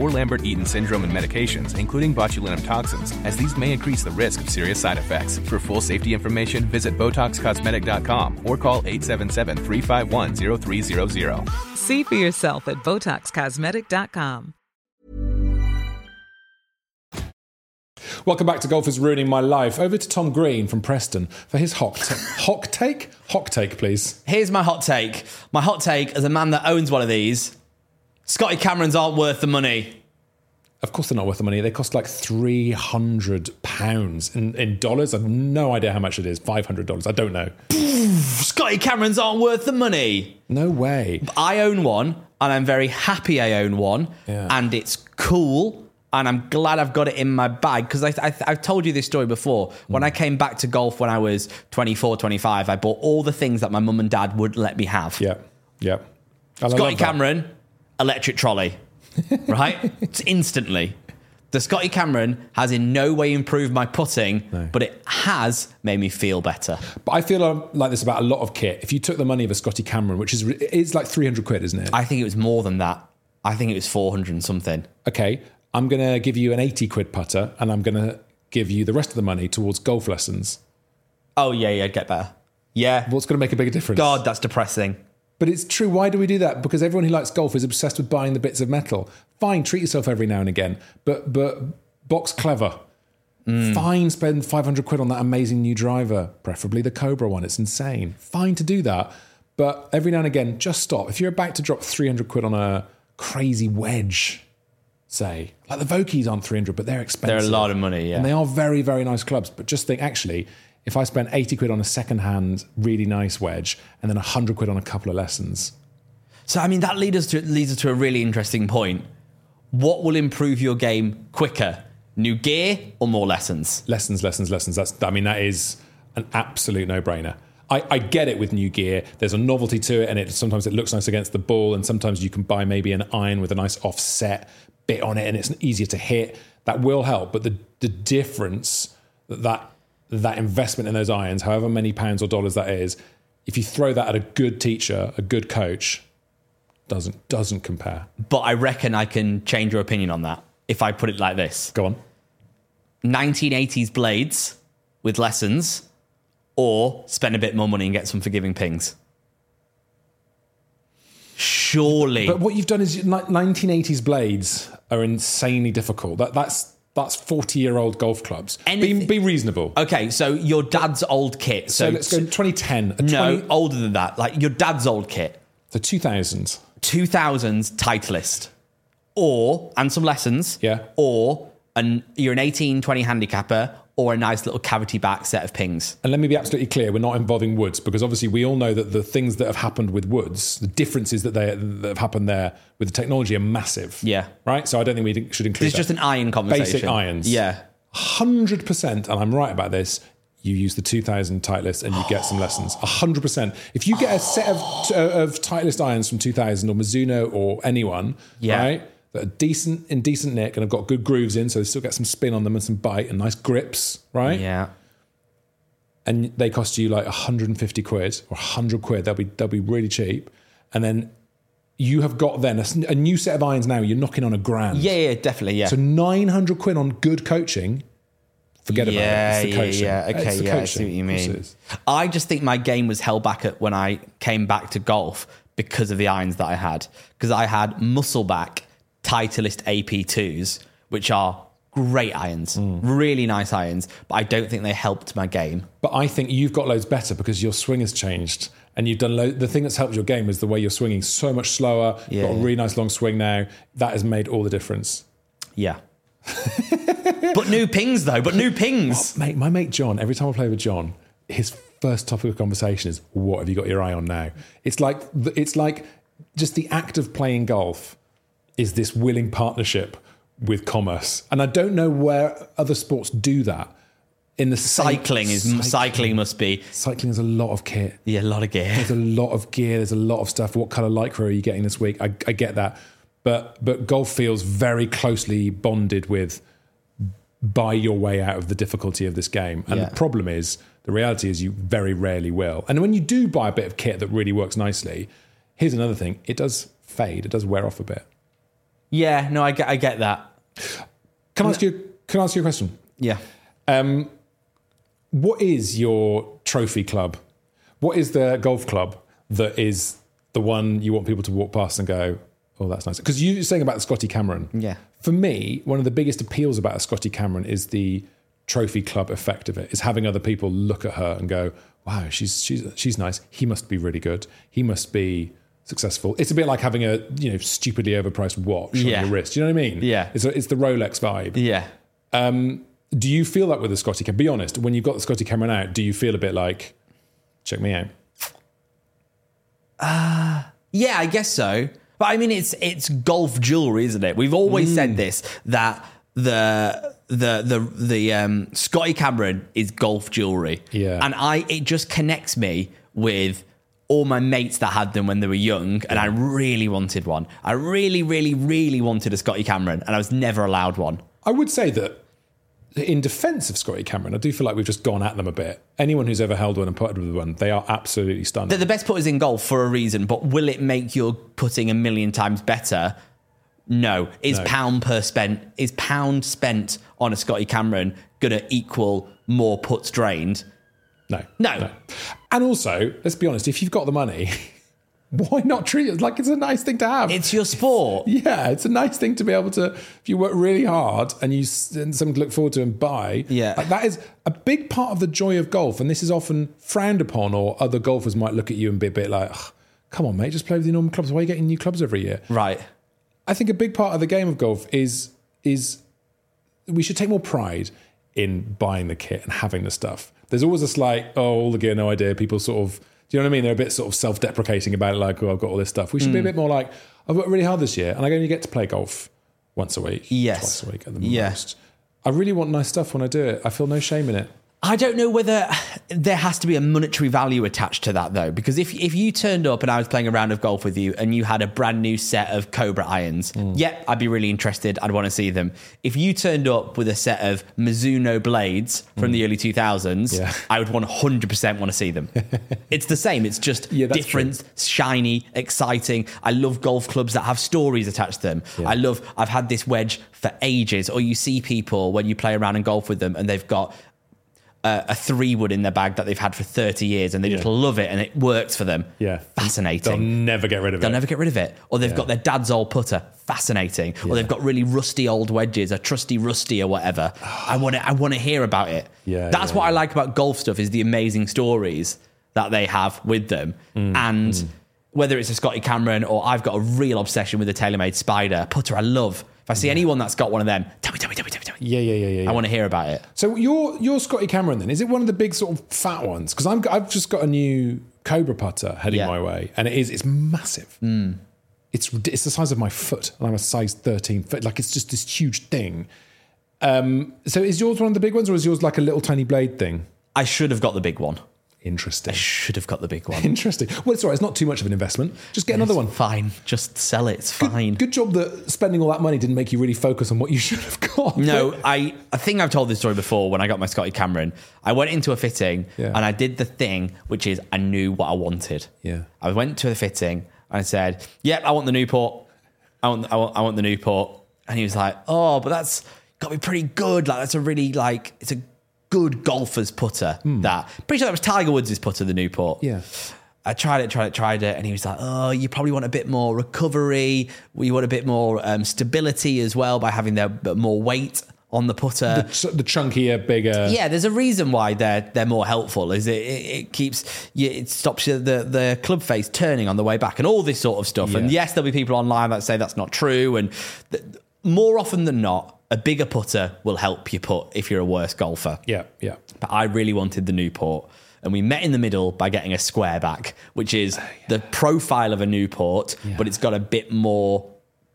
S4: or Lambert-Eaton syndrome and medications, including botulinum toxins, as these may increase the risk of serious side effects. For full safety information, visit BotoxCosmetic.com or call 877-351-0300.
S5: See for yourself at BotoxCosmetic.com.
S1: Welcome back to Golf is Ruining My Life. Over to Tom Green from Preston for his hock ta- hock take. Hock take, please.
S2: Here's my hot take. My hot take as a man that owns one of these, Scotty Camerons aren't worth the money.
S1: Of course, they're not worth the money. They cost like three hundred pounds in, in dollars. I've no idea how much it is. Five hundred dollars. I don't know.
S2: Scotty Camerons aren't worth the money.
S1: No way.
S2: I own one and I'm very happy I own one
S1: Yeah.
S2: and it's cool and I'm glad I've got it in my bag because I, I, I've told you this story before.
S1: Hmm.
S2: When I came back to golf when I was 24, 25, I bought all the things that my mum and dad wouldn't let me have.
S1: Yep. Yep. And I
S2: Scotty
S1: love that.
S2: Cameron, electric trolley, right? it's instantly. The Scotty Cameron has in no way improved my putting, but it has made me feel better.
S1: But I feel um, like this about a lot of kit. If you took the money of a Scotty Cameron, which is it's like three hundred quid, isn't it?
S2: I think it was more than that. I think it was 400 and something.
S1: okay, I'm gonna give you an eighty quid putter, and I'm gonna give you the rest of the money towards golf lessons.
S2: Oh, yeah, yeah, get better. Yeah.
S1: What's going to make a bigger difference?
S2: God, that's depressing.
S1: But it's true. Why do we do that? Because everyone who likes golf is obsessed with buying the bits of metal. Fine, treat yourself every now and again, but but box clever.
S2: Mm.
S1: Fine, spend five hundred quid on that amazing new driver, preferably the Cobra one. It's insane. Fine to do that, but every now and again, just stop. If you're about to drop three hundred quid on a crazy wedge, say like the Vokies aren't three hundred, but they're
S2: They're
S1: expensive.
S2: a lot of money,
S1: And they
S2: yeah.
S1: are very, very nice clubs. But just think, actually, if I spent 80 quid on a second hand, really nice wedge, and then 100 quid on a couple of lessons,
S2: So I mean that leads us to leads us to a really interesting point. What will improve your game quicker? New gear or more lessons?
S1: Lessons, lessons, lessons. That's I mean that is an absolute no-brainer. I, I get it with new gear. There's a novelty to it, and it sometimes it looks nice against the ball, and sometimes you can buy maybe an iron with a nice offset bit on it, and it's easier to hit. That will help, but the the difference that that, that investment in those irons, however many pounds or dollars that is, if you throw that at a good teacher, a good coach, doesn't doesn't compare.
S2: But I reckon I can change your opinion on that if I put it like this.
S1: Go on.
S2: 1980s blades with lessons or spend a bit more money and get some forgiving pings. Surely.
S1: But what you've done is like 1980s blades are insanely difficult. That that's that's 40 year old golf clubs. Be,
S2: Anything-
S1: be reasonable.
S2: okay, so your dad's old kit.
S1: So
S2: So,
S1: let's go 2010. a
S2: no,
S1: 20
S2: older than that. Like your dad's old kit.
S1: the 2000s.
S2: 2000s Titleist or and some lessons
S1: Yeah.
S2: or an you're an 18 20 handicapper or a nice little cavity back set of pings
S1: And let me be absolutely clear: we're not involving Woods because obviously we all know that the things that have happened with Woods, the differences that they that have happened there with the technology are massive.
S2: Yeah.
S1: right. So I don't think we should include.
S2: it's
S1: that.
S2: just an iron conversation
S1: Basic irons.
S2: yeah
S1: hundred percent, and I'm right about this. You use the 2000 Titleist and you get some lessons. hundred percent. If you get a set of uh, of Titleist irons from 2000 or Mizuno or anyone,
S2: Yeah.
S1: right, that are decent in decent nick and have got good grooves in, so they still get some spin on them and some bite and nice grips, right?
S2: yeah
S1: and they cost you like 150 quid or 100 quid they'll be they'll be really cheap and then you have got then a, s- a new set of irons now you're knocking on a grand
S2: yeah yeah definitely yeah
S1: so 900 quid on good coaching forget
S2: yeah,
S1: about it it's the
S2: yeah,
S1: coaching
S2: yeah. Okay,
S1: It's the
S2: yeah, I see
S1: coaching.
S2: what you
S1: Of course it
S2: mean.
S1: is.
S2: I just think my game was held back at when I came back to golf because of the irons that I had. Because I had muscleback Titleist AP2s, which are great irons,
S1: Mm.
S2: really nice irons, but I don't think they helped my game.
S1: but i think you've got loads better because your swing has changed and you've done lo- the thing that's helped your game is the way you're swinging so much slower you've got a
S2: Yeah.
S1: really nice long swing now that has made all the difference
S2: Yeah. but new pings though, but new pings.
S1: Mate, my mate John, every time I play with John, his first topic of conversation is, "What have you got your eye on now?" It's like it's like just the act of playing golf is this willing partnership with commerce, and I don't know where other sports do that. In the same-
S2: Cycling is cycling, must be
S1: cycling is a lot of kit.
S2: yeah, a lot of gear.
S1: There's a lot of gear. There's a lot of stuff. What color lycra are you getting this week? I, I get that, but but golf feels very closely bonded with buy your way out of the difficulty of this game. And
S2: Yeah.
S1: the problem is, the reality is, you very rarely will. And when you do buy a bit of kit that really works nicely, here's another thing: it does fade. It does wear off a bit.
S2: Yeah, no, I get I get that.
S1: Can I ask you? Can I ask you a question?
S2: Yeah.
S1: Um, what is your trophy club? What is the golf club that is the one you want people to walk past and go, oh, that's nice? Because you were saying about the Scotty Cameron.
S2: Yeah.
S1: For me, one of the biggest appeals about a Scotty Cameron is the trophy club effect of it, is having other people look at her and go, wow, she's, she's, she's nice. He must be really good. He must be successful. It's a bit like having a, you know, stupidly overpriced watch
S2: Yeah.
S1: on your wrist. You know what I mean?
S2: Yeah.
S1: It's, a, it's the Rolex vibe.
S2: Yeah.
S1: Do you feel that with the Scotty Cameron? Be honest, when you've got the Scotty Cameron out, do you feel a bit like, check me out?
S2: Yeah, I guess so. But I mean, it's it's golf jewelry, isn't it? We've always said this that the the the the um, Scotty Cameron is golf jewelry.
S1: Yeah.
S2: and I it just connects me with all my mates that had them when they were young, and I really wanted one. I really, really, really wanted a Scotty Cameron, and I was never allowed one.
S1: I would say that in defense of Scotty Cameron, I do feel like we've just gone at them a bit. Anyone who's ever held one and putted with one, they are absolutely stunning.
S2: They're the best putters in golf for a reason, but will it make your putting a million times better? No. Is pound per spent is pound spent on a Scotty Cameron gonna equal more putts drained?
S1: no,
S2: No.
S1: And also, let's be honest, if you've got the money, why not treat it like it's a nice thing to have?
S2: It's your sport.
S1: yeah, it's a nice thing to be able to. If you work really hard and you s- and something to look forward to and buy,
S2: Yeah.
S1: like that is a big part of the joy of golf. And this is often frowned upon, or other golfers might look at you and be a bit like, "Ugh, "Come on, mate, just play with your normal clubs. Why are you getting new clubs every year?"
S2: Right.
S1: I think a big part of the game of golf is is we should take more pride in buying the kit and having the stuff. There's always this like, oh, all the gear, no idea. People sort of Do you know what I mean? They're a bit sort of self deprecating about it, like, oh, I've got all this stuff. We should be a
S2: Mm.
S1: bit more like, I've worked really hard this year and I only get to play golf once a week.
S2: Yes.
S1: Twice a week at the
S2: Yeah.
S1: most. I really want nice stuff when I do it. I feel no shame in it.
S2: I don't know whether there has to be a monetary value attached to that though, because if if you turned up and I was playing a round of golf with you and you had a brand new set of Cobra irons,
S1: Mm.
S2: yep, I'd be really interested. I'd want to see them. If you turned up with a set of Mizuno blades from the early two thousands,
S1: Mm. Yeah.
S2: I would one hundred percent want to see them. it's the same. It's just
S1: that's
S2: different, shiny, exciting. I love golf clubs that have stories attached to them. I love. I've had this wedge for ages. Or you see people when you play around and golf with them, and they've got a, a three wood in their bag that they've had for 30 years and they just
S1: Yeah.
S2: love it and it works for them.
S1: Yeah.
S2: Fascinating.
S1: They'll never get rid of
S2: They'll
S1: it.
S2: never get rid of it. Or they've
S1: Yeah.
S2: got their dad's old putter. Fascinating. Or they've got really rusty old wedges, a trusty rusty or whatever. I want to I want to hear about it.
S1: Yeah,
S2: That's
S1: yeah,
S2: what I like about golf stuff is the amazing stories that they have with them.
S1: Mm,
S2: and whether it's a Scotty Cameron or I've got a real obsession with a TaylorMade Spider putter I love. If I see anyone that's got one of them, tell me, tell me, tell me, tell me, tell me.
S1: Yeah, yeah, yeah, yeah. yeah.
S2: I want to hear about it.
S1: So your your Scotty Cameron then is it one of the big sort of fat ones? Because I'm I've just got a new Cobra putter heading
S2: Yeah. Hmm.
S1: my way, and it is it's massive. It's rid- it's the size of my foot, and I'm a size 13 foot. Like it's just this huge thing. Um, so is yours one of the big ones, or is yours like a little tiny blade thing?
S2: I should have got the big one.
S1: Interesting.
S2: Should have got the big one.
S1: Interesting. Well, it's all right. It's not too much of an investment. Just get another one.
S2: Fine, just sell it. It's fine.
S1: Good job that spending all that money didn't make you really focus on what you should have got.
S2: No, I, I think I've told this story before when I got my Scotty Cameron. I went into a fitting
S1: Yeah.
S2: and I did the thing, which is I knew what I wanted.
S1: Yeah.
S2: I went to the fitting and I said, Yep, I want the Newport. I want, I want, I want the Newport. And he was like, Oh, but that's got to be pretty good. Like, that's a really, like, it's a good golfer's putter. That. Pretty sure that was Tiger Woods' putter, the Newport.
S1: Yeah.
S2: I tried it, tried it, tried it, and he was like, "Oh, you probably want a bit more recovery. You want a bit more um, stability as well by having their but more weight on the putter."
S1: So the chunkier, bigger.
S2: yeah, there's a reason why they're they're more helpful. Is it it, it keeps you, it stops you, the the club face turning on the way back and all this sort of stuff. And
S1: Yeah.
S2: yes, there'll be people online that say that's not true, and th- more often than not, a bigger putter will help you put if you're a worse golfer
S1: Yeah. Yeah.
S2: but I really wanted the Newport. And we met in the middle by getting a square back, which is
S1: Oh,
S2: the profile of a Newport, but it's got a bit more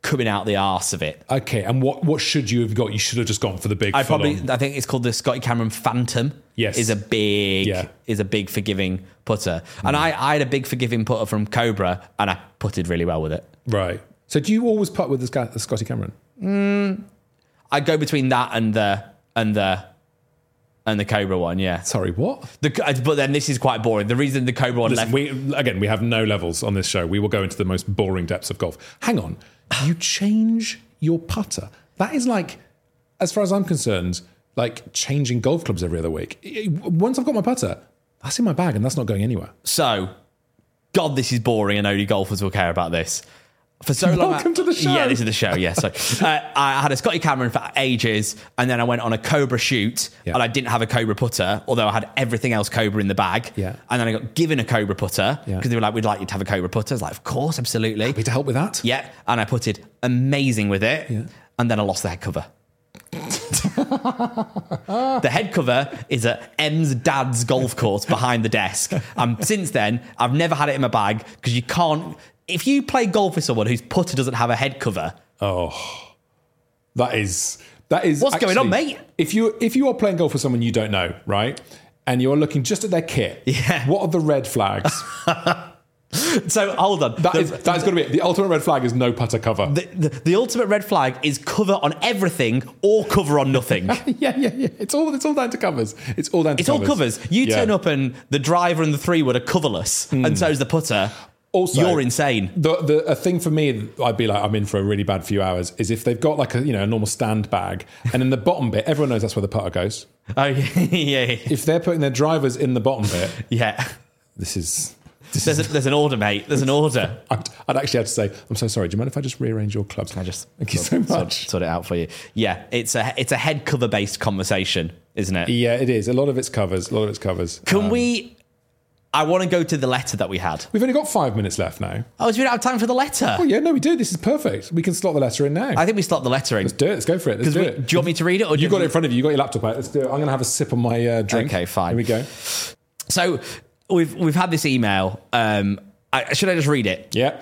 S2: coming out the arse of it.
S1: Okay, and what what should you have got? You should have just gone for the big.
S2: I probably,
S1: full-on.
S2: I think it's called the Scotty Cameron Phantom.
S1: Yes.
S2: is a big,
S1: Yeah. Mm.
S2: is a big forgiving putter, and I, I had a big forgiving putter from Cobra, and I putted really well with it.
S1: right. So do you always putt with this guy, the Scotty Cameron?
S2: I go between that and the and the and the Cobra one, yeah.
S1: Sorry, what?
S2: The, but then this is quite boring. The reason the Cobra one
S1: Listen,
S2: left
S1: we again we have no levels on this show. We will go into the most boring depths of golf. Hang on, you change your putter. That is like, as far as I'm concerned, like changing golf clubs every other week. I- I- Once I've got my putter, that's in my bag, and that's not going anywhere.
S2: So, God, this is boring, and only golfers will care about this. For so long,
S1: Welcome to the show.
S2: Yeah, this is the show. Yeah, so uh, I had a Scotty Cameron for ages, and then I went on a Cobra shoot,
S1: Yeah.
S2: and I didn't have a Cobra putter, although I had everything else Cobra in the bag.
S1: Yeah.
S2: and then I got given a Cobra putter because
S1: Yeah.
S2: they were like, "We'd like you to have a Cobra putter." I was like, "Of course, absolutely."
S1: Happy to help with that.
S2: Yeah, and I putted amazing with it,
S1: Yeah.
S2: and then I lost the head cover. the head cover is at M's dad's golf course behind the desk. Um, since then, I've never had it in my bag because you can't. If you play golf with someone whose putter doesn't have a head cover,
S1: Oh, That is that is
S2: What's going on, mate?
S1: If you if you are playing golf with someone you don't know, right, and you're looking just at their kit,
S2: Yeah.
S1: what are the red flags?
S2: so hold on.
S1: That
S2: The-
S1: is that is going to be it. The ultimate red flag is no putter cover.
S2: the, the, the ultimate red flag is cover on everything or cover on nothing.
S1: yeah, yeah, yeah. It's all it's all down to covers. It's all down to
S2: It's all
S1: covers.
S2: covers. You
S1: Yeah. Hmm.
S2: turn up and the driver and the three wood are coverless, and so's the putter.
S1: Also,
S2: You're insane.
S1: The, the a thing for me, I'd be like, I'm in for a really bad few hours. Is if they've got like a you know a normal stand bag, and in the bottom bit, everyone knows that's where the putter goes.
S2: Oh, yeah, yeah.
S1: If they're putting their drivers in the bottom bit,
S2: yeah.
S1: this is.
S2: There's, a, there's an order, mate. There's an order.
S1: I'd, I'd actually have to say, I'm so sorry. Do you mind if I just rearrange your clubs? Can I
S2: just-
S1: thank you so
S2: sort, sort-
S1: much?
S2: sort it out for you. Yeah, it's a it's a head cover based conversation, isn't it?
S1: Yeah, it is. A lot of it's covers. A lot of it's covers.
S2: Can we? I want to go to the letter that we had.
S1: We've only got five minutes left now.
S2: Oh, so we don't have time for the letter.
S1: Oh yeah, no, we do. This is perfect. We can slot the letter in now.
S2: I think we stopped the lettering.
S1: Let's do it. Let's go for it. Let's do
S2: we-
S1: it.
S2: do you want me to read it or do
S1: you
S2: you-
S1: got it in front of you? You got your laptop out. Let's do it. I'm going to have a sip on my uh, drink.
S2: Okay, fine.
S1: Here we go.
S2: So we've we've had this email. Um, I, should I just read it?
S1: Yeah.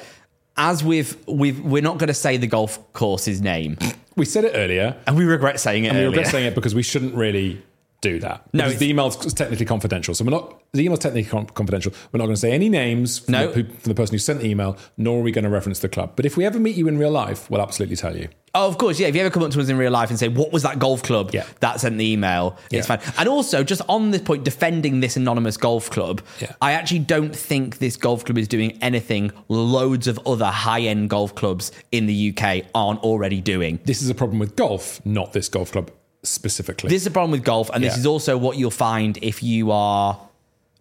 S2: As we've we've we're not going to say the golf course's name,
S1: We said it earlier.
S2: and we regret saying it.
S1: And we
S2: earlier.
S1: regret saying it because we shouldn't really do that.
S2: No,
S1: Because the email's technically confidential. So we're not, the email's technically con- confidential. We're not going to say any names from,
S2: No.
S1: the, pe- from the person who sent the email, nor are we going to reference the club. But if we ever meet you in real life, we'll absolutely tell you.
S2: Oh, of course, yeah. If you ever come up to us in real life and say, "What was that golf club?"
S1: Yeah.
S2: that sent the email. It's
S1: Yeah.
S2: fine. And also, just on this point, defending this anonymous golf club,
S1: Yeah.
S2: I actually don't think this golf club is doing anything. Loads of other high-end golf clubs in the UK aren't already doing.
S1: This is a problem with golf, not this golf club specifically.
S2: This is a problem with golf, and this
S1: Yeah.
S2: is also what you'll find if you are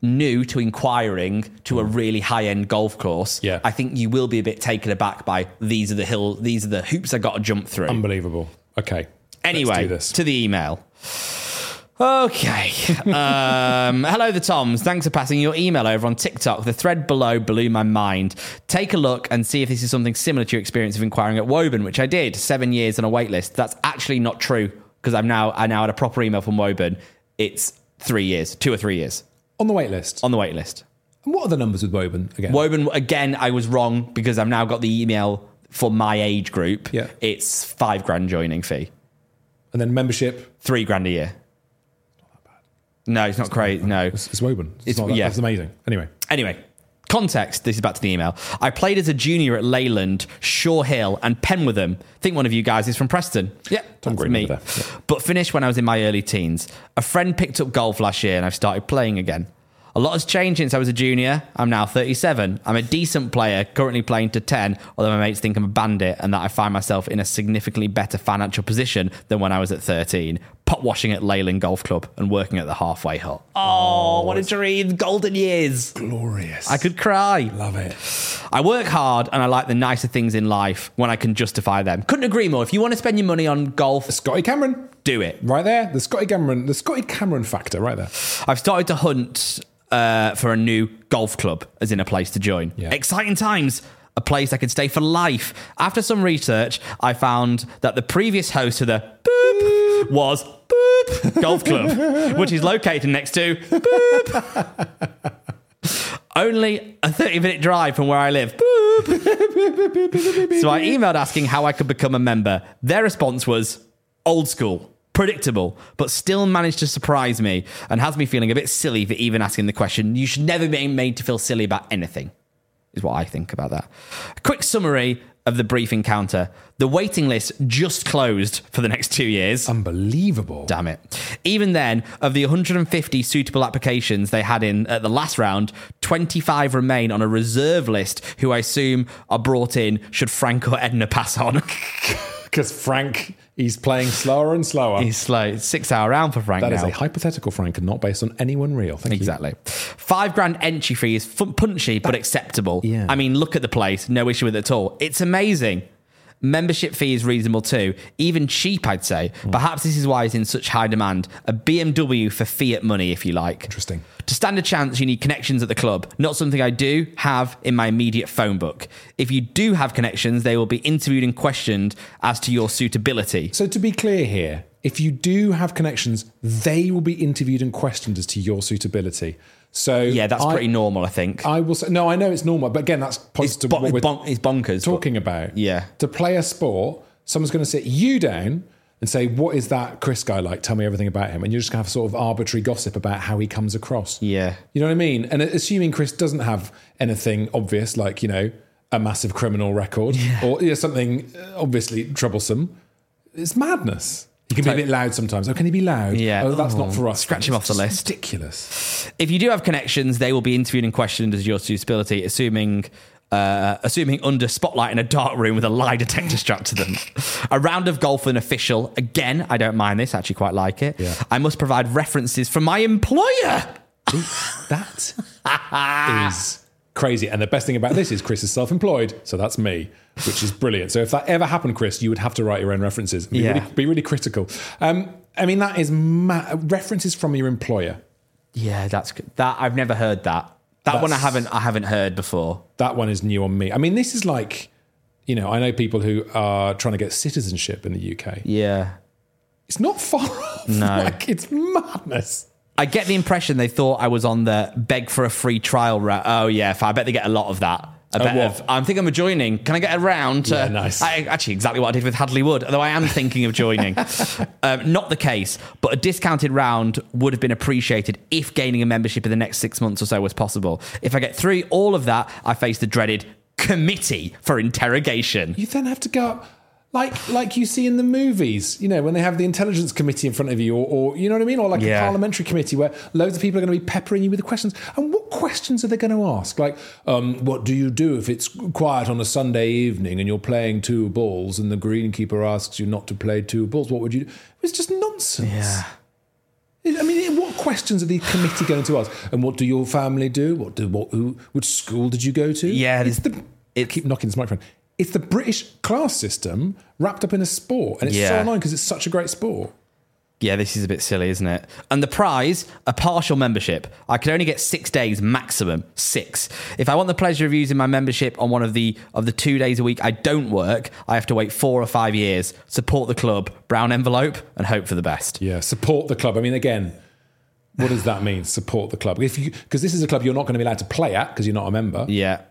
S2: new to inquiring to a really high-end golf course.
S1: Mm. Yeah.
S2: I think you will be a bit taken aback by these are the hill, these are the hoops I got to jump through.
S1: Unbelievable. Okay.
S2: Anyway,
S1: Let's do this.
S2: to the email. Okay. Um, hello, the Toms. Thanks for passing your email over on TikTok. The thread below blew my mind. Take a look and see if this is something similar to your experience of inquiring at Woburn, which I did seven years on a wait list. That's actually not true because I'm now I now had a proper email from Woburn. It's three years, two or three years
S1: on the wait list.
S2: on the wait list.
S1: and what are the numbers with Woburn again?
S2: Woburn again. I was wrong because I've now got the email for my age group.
S1: Yeah.
S2: it's five grand joining fee.
S1: and then membership
S2: three grand a year. No, it's not crazy. No.
S1: It's, it's woven. It's,
S2: It's-
S1: not that,
S2: yeah.
S1: That's amazing. Anyway,
S2: Anyway, context. This is back to the email. I played as a junior at Leyland, Shaw Hill, and Penwitham. I think one of you guys is from Preston. Yeah,
S1: Tom
S2: that's
S1: Green
S2: me.
S1: over there. Yeah.
S2: But finished when I was in my early teens. A friend picked up golf last year, and I've started playing again. A lot has changed since I was a junior. I'm now 37. I'm a decent player, currently playing to 10, although my mates think I'm a bandit and that I find myself in a significantly better financial position than when I was at 13. Pot washing at Leyland Golf Club and working at the halfway hut. Oh, what a dream. Golden years.
S1: glorious.
S2: I could cry.
S1: love it.
S2: I work hard and I like the nicer things in life when I can justify them. Couldn't agree more. If you want to spend your money on golf,
S1: Scotty Cameron,
S2: do it.
S1: right there. The Scotty Cameron, the Scotty Cameron factor, right there.
S2: I've started to hunt uh, for a new golf club, as in a place to join.
S1: Yeah.
S2: Exciting times. A place I could stay for life. After some research, I found that the previous host of the boop was boop golf club, which is located next to boop. Only a 30 minute drive from where I live. Boop. so I emailed asking how I could become a member. Their response was old school, predictable, but still managed to surprise me and has me feeling a bit silly for even asking the question. You should never be made to feel silly about anything, is what I think about that. A quick summary of the brief encounter the waiting list just closed for the next two years.
S1: Unbelievable.
S2: Damn it. Even then, of the 150 suitable applications they had in at the last round, 25 remain on a reserve list who I assume are brought in should Frank or Edna pass on.
S1: Because Frank, he's playing slower and slower.
S2: He's slow. It's six hour round for Frank
S1: That
S2: now.
S1: is a hypothetical Frank and not based on anyone real. Thank
S2: Exactly. Five grand entry fee is fun- punchy but acceptable.
S1: Yeah.
S2: I mean, look at the place. No issue with it at all. It's amazing. Membership fee is reasonable too, even cheap, I'd say.
S1: Hmm.
S2: Perhaps this is why it's in such high demand. A BMW for fiat money, if you like.
S1: Interesting.
S2: To stand a chance, you need connections at the club, not something I do have in my immediate phone book. If you do have connections, they will be interviewed and questioned as to your suitability.
S1: So to be clear here, if you do have connections, they will be interviewed and questioned as to your suitability. So
S2: yeah, that's
S1: I-
S2: pretty normal, I think.
S1: I will say no. I know it's normal, but again, that's
S2: it's,
S1: points to
S2: bon-
S1: what we're
S2: it's bon- it's bonkers. but-
S1: talking about.
S2: Yeah.
S1: To play a sport, someone's going to sit you down and say, What is that Chris guy like? Tell me everything about him. And you're just going to have sort of arbitrary gossip about how he comes across.
S2: Yeah.
S1: You know what I mean? And assuming Chris doesn't have anything obvious, like, you know, a massive criminal record or you know, something uh, obviously troublesome, it's madness. He can be a bit loud sometimes. Oh, can he be loud?
S2: Yeah.
S1: Oh, that's not for us.
S2: Scratch him off the
S1: It's
S2: list.
S1: Ridiculous.
S2: if you do have connections, they will be interviewed and questioned as your suitability, assuming. Uh, assuming under spotlight in a dark room with a lie detector strapped to them. a round of golf with an official. Again, I don't mind this. I actually quite like it.
S1: Yeah.
S2: I must provide references from my employer.
S1: That is crazy. And the best thing about this is Chris is self-employed, so that's me, which is brilliant. So if that ever happened, Chris, you would have to write your own references. Be,
S2: Yeah.
S1: really, be really critical. Um, I mean, that is ma- references from your employer.
S2: Yeah, that's good. that. I've never heard that. That one I
S1: That's-
S2: haven't. I haven't heard before.
S1: That one is new on me. I mean, this is like, you know, I know people who are trying to get citizenship in the UK.
S2: Yeah.
S1: It's not far off.
S2: No.
S1: Like, it's madness.
S2: I get the impression they thought I was on the beg for a free trial route. Oh yeah, I bet they get a lot of that. I
S1: Oh,
S2: bet
S1: what?
S2: of, I'm thinking I'm joining. Can I get a round?
S1: Yeah, nice.
S2: I, actually, exactly what I did with Hadley Wood. Although I am thinking of joining. um, not the case, but a discounted round would have been appreciated if gaining a membership in the next six months or so was possible. If I get through all of that, I face the dreaded committee for interrogation.
S1: You then have to go up, like like you see in the movies, you know, when they have the intelligence committee in front of you, or, or you know what I mean, or like
S2: Yeah.
S1: a parliamentary committee where loads of people are going to be peppering you with questions. And what questions are they going to ask? Like, um, what do you do if it's quiet on a Sunday evening and you're playing two balls, and the greenkeeper asks you not to play two balls? What would you? do? It's just nonsense. Yeah. I mean, what questions are the committee going to ask? And what do your family do? What do what? Who? Which school did you go to?
S2: Yeah,
S1: it's the. I keep knocking this microphone. It's the British class system wrapped up in a sport, and it's so
S2: Yeah.
S1: annoying because it's such a great sport.
S2: Yeah, this is a bit silly, isn't it? And the prize, a partial membership. I could only get six days maximum. Six. If I want the pleasure of using my membership on one of the of the two days a week I don't work, I have to wait four or five years. Support the club, brown envelope, and hope for the best.
S1: Yeah, support the club. I mean, again, what does that mean? Support the club if you because this is a club you're not going to be allowed to play at because you're not a member.
S2: Yeah.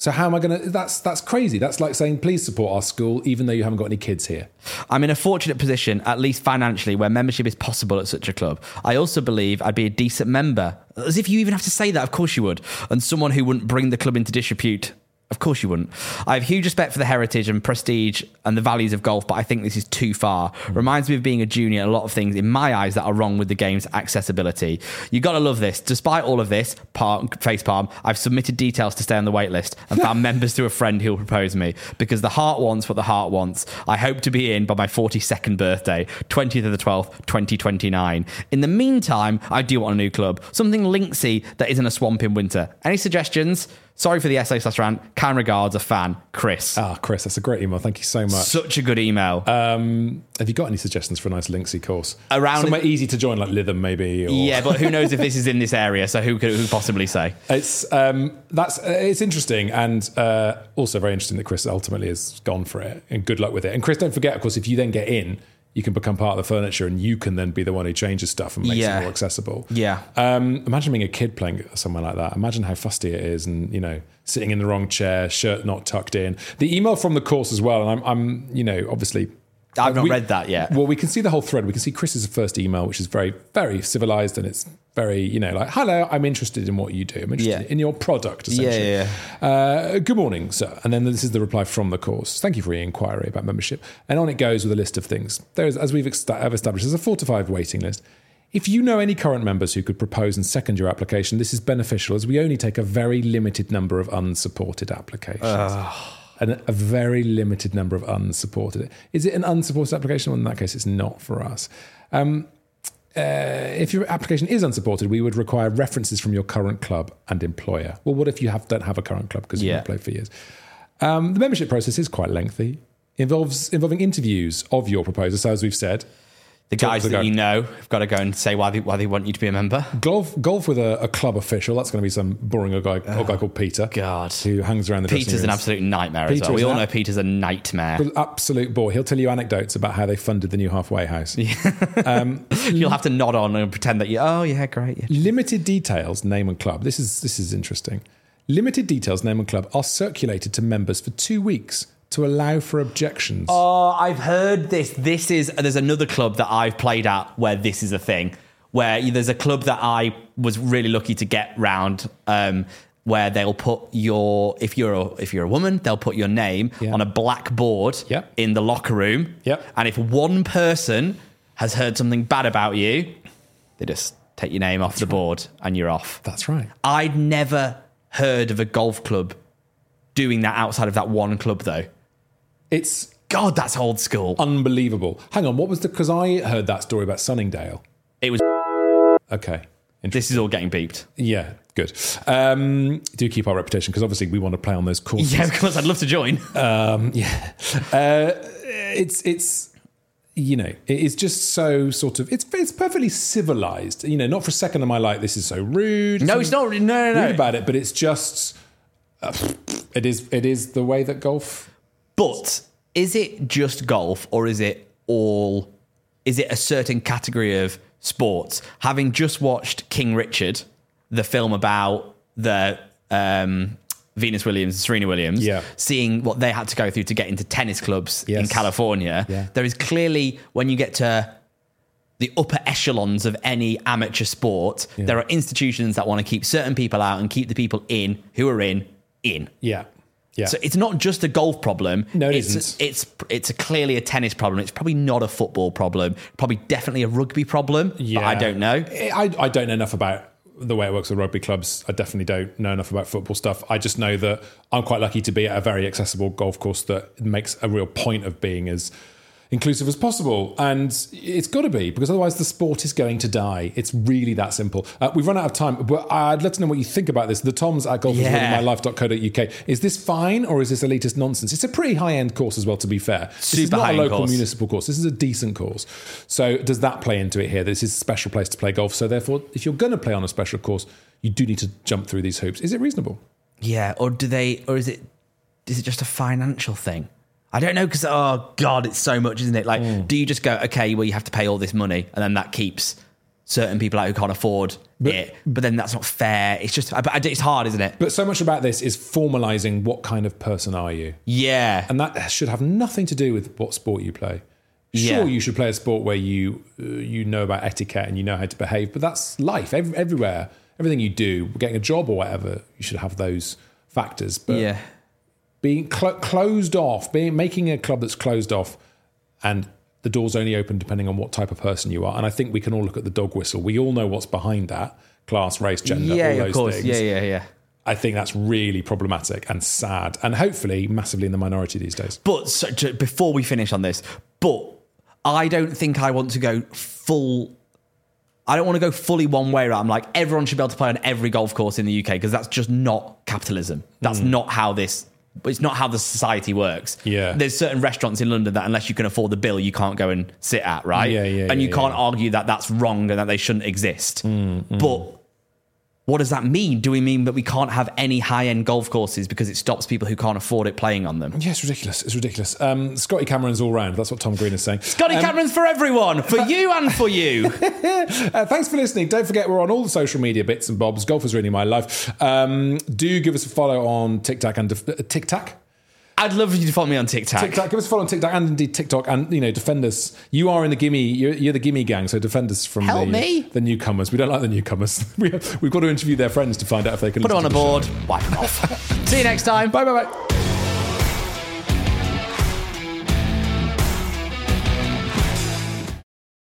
S1: So how am I going to? That's that's crazy. That's like saying please support our school even though you haven't got any kids here.
S2: I'm in a fortunate position, at least financially, where membership is possible at such a club. I also believe I'd be a decent member. As if you even have to say that, of course you would. And someone who wouldn't bring the club into disrepute. Of course you wouldn't. I have huge respect for the heritage and prestige and the values of golf, but I think this is too far. Reminds me of being a junior, and a lot of things in my eyes that are wrong with the game's accessibility. You gotta love this. Despite all of this, palm, face palm, I've submitted details to stay on the wait list and found members to a friend who'll propose me because the heart wants what the heart wants. I hope to be in by my 42nd birthday, 20th of the 12th, 2029. In the meantime, I do want a new club, something linksy that isn't a swamp in winter. Any suggestions? Sorry for the essay slash rant. Kind regards, a fan, Chris.
S1: Ah, Chris, that's a great email. Thank you so much.
S2: Such a good email.
S1: Um, have you got any suggestions for a nice Linksy course
S2: Around-
S1: somewhere easy to join, like Lytham, maybe? Or...
S2: yeah, but who knows if this is in this area? So who could who could possibly say?
S1: it's um, that's uh, it's interesting and uh, also very interesting that Chris ultimately has gone for it. And good luck with it. And Chris, don't forget, of course, if you then get in, you can become part of the furniture and you can then be the one who changes stuff and makes
S2: Yeah.
S1: it more accessible.
S2: Yeah.
S1: Um, imagine being a kid playing somewhere like that. Imagine how fusty it is, and you know, sitting in the wrong chair, shirt not tucked in. The email from the course as well, and I'm, I'm you know, obviously.
S2: I've not
S1: we-
S2: read that yet.
S1: Well, we can see the whole thread. We can see Chris's first email, which is very, very civilized, and it's very, you know, like, "Hello, I'm interested in what you do. I'm interested
S2: Yeah.
S1: in your product."
S2: yeah,
S1: Essentially. Uh, good morning, sir. And then this is the reply from the course. Thank you for your inquiry about membership. And on it goes with a list of things. There is, as we've ex- have established, there's a four to five waiting list. If you know any current members who could propose and second your application, this is beneficial as we only take a very limited number of unsupported applications.
S2: Ah.
S1: And a very limited number of unsupported. Is it an unsupported application? Well, in that case, it's not for us. Um, uh, If your application is unsupported, we would require references from your current club and employer. Well, what if you have, don't have a current club because you've
S2: Yeah.
S1: not played for years? Um, the membership process is quite lengthy, involves involving interviews of your proposal. So, as we've said,
S2: The
S1: Talk
S2: guys
S1: to
S2: that
S1: the guy.
S2: you know have got to go and say why they, why they want you to be a member.
S1: golf golf with a, a club official. That's going to be some boring old guy, old guy called Peter.
S2: Oh, God.
S1: who hangs around the dressing
S2: Peter's an
S1: rooms.
S2: absolute nightmare
S1: Peter
S2: as well. We
S1: is
S2: all
S1: an
S2: know
S1: ab-
S2: Peter's a nightmare.
S1: Absolute bore. He'll tell you anecdotes about how they funded the new halfway house.
S2: You'll have to nod on and pretend that you. Oh yeah, great. Yeah.
S1: Limited details, name and club. This is this is interesting. Limited details, name and club are circulated to members for two weeks to allow for objections.
S2: Oh, I've heard this. This is there's another club that I've played at where this is a thing. Where there's a club that I was really lucky to get round. Um, where they'll put your if you're a, if you're a woman, they'll put your name
S1: Yeah.
S2: on a black board
S1: Yep.
S2: in the locker room.
S1: Yep.
S2: And if one person has heard something bad about you, they just take your name off the board and you're off.
S1: That's right.
S2: I'd never heard of a golf club doing that outside of that one club, though.
S1: It's
S2: God, Oh, that's old school.
S1: unbelievable. Hang on, what was the? Because I heard that story about Sunningdale.
S2: It was.
S1: Okay,
S2: This is all getting beeped.
S1: yeah, good. Um, do keep our reputation because obviously we want to play on those courses.
S2: Yeah, of course. I'd love to join.
S1: yeah. Uh, it's it's you know it is just so sort of it's it's perfectly civilized. You know, not for a second am I like this is so rude.
S2: No, it's not. No, no, no.
S1: rude about it, but it's just uh, it is it is the way that golf.
S2: But is it just golf, or is it all? Is it a certain category of sports, having just watched King Richard, the film about the um, Venus Williams and Serena Williams,
S1: Yeah.
S2: seeing what they had to go through to get into tennis clubs in
S1: Yes.
S2: California,
S1: Yeah.
S2: there is clearly when you get to the upper echelons of any amateur sport, there are institutions that want to keep certain people out and keep the people in who are in in.
S1: Yeah. Yeah.
S2: So it's not just a golf problem.
S1: No, it
S2: it's,
S1: isn't.
S2: It's it's a clearly a tennis problem. It's probably not a football problem. Probably definitely a rugby problem. But I don't know.
S1: I, I don't know enough about the way it works with rugby clubs. I definitely don't know enough about football stuff. I just know that I'm quite lucky to be at a very accessible golf course that makes a real point of being as inclusive as possible. And it's got to be because otherwise the sport is going to die. It's really that simple. Uh, we've run out of time, but I'd love to know what you think about this. The Toms at golf is
S2: Yeah.
S1: really my life.co.uk. Is this fine or is this elitist nonsense? It's a pretty high end course as well, to be fair. this is
S2: Super
S1: not a
S2: high-end
S1: local
S2: course.
S1: municipal course. This is a decent course. So does that play into it here? This is a special place to play golf. So therefore, if you're going to play on a special course, you do need to jump through these hoops. Is it reasonable?
S2: Yeah, or do they? Or is it? Is it just a financial thing? I don't know because oh god, it's so much, isn't it? Like,
S1: Hmm.
S2: do you just go okay? Well, you have to pay all this money, and then that keeps certain people out who can't afford it. But then that's not fair. It's just, I, I- it's hard, isn't it?
S1: But so much about this is formalizing what kind of person are you,
S2: Yeah,
S1: and that should have nothing to do with what sport you play. Sure,
S2: Yeah.
S1: you should play a sport where you uh, you know about etiquette and you know how to behave, but that's life. Ev- everywhere, everything you do, getting a job or whatever, you should have those factors. But
S2: yeah.
S1: being clo- closed off, being making a club that's closed off, and the doors only open depending on what type of person you are. And I think we can all look at the dog whistle. We all know what's behind that: class, race, gender, all
S2: Yeah,
S1: those
S2: of course.
S1: things.
S2: Yeah, yeah, yeah.
S1: I think that's really problematic and sad, and hopefully massively in the minority these days.
S2: But so, to, before we finish on this, but I don't think I want to go full. I don't want to go fully one way around. I'm like everyone should be able to play on every golf course in the UK because that's just not capitalism. That's
S1: Hmm.
S2: not how this. It's not how the society works.
S1: Yeah.
S2: there's certain restaurants in London that unless you can afford the bill, you can't go and sit at. Right.
S1: Yeah, yeah,
S2: And you
S1: yeah,
S2: can't
S1: yeah. Hmm,
S2: argue that that's wrong and that they shouldn't exist. But what does that mean? Do we mean that we can't have any high end golf courses because it stops people who can't afford it playing on them?
S1: Yeah, it's ridiculous. It's ridiculous. Um, Scotty Cameron's all round. That's what Tom Green is saying. Um,
S2: Scotty Cameron's for everyone, for you and for you.
S1: Uh, thanks for listening. Don't forget we're on all the social media bits and bobs. Golf is really my life. Um, do give us a follow on TikTok and uh, TikTok.
S2: I'd love you to follow me on TikTok.
S1: TikTok. Give us a follow on TikTok and indeed TikTok, and you know, defend us. You are in the gimme. You're, you're the gimme gang, so defend us from
S2: Help
S1: the,
S2: me.
S1: the newcomers. We don't like the newcomers. we, we've got to interview their friends to find out if they can
S2: Put it
S1: listen
S2: on
S1: to
S2: a
S1: the show.
S2: board, wipe 'em off. See you next time.
S1: Bye bye bye.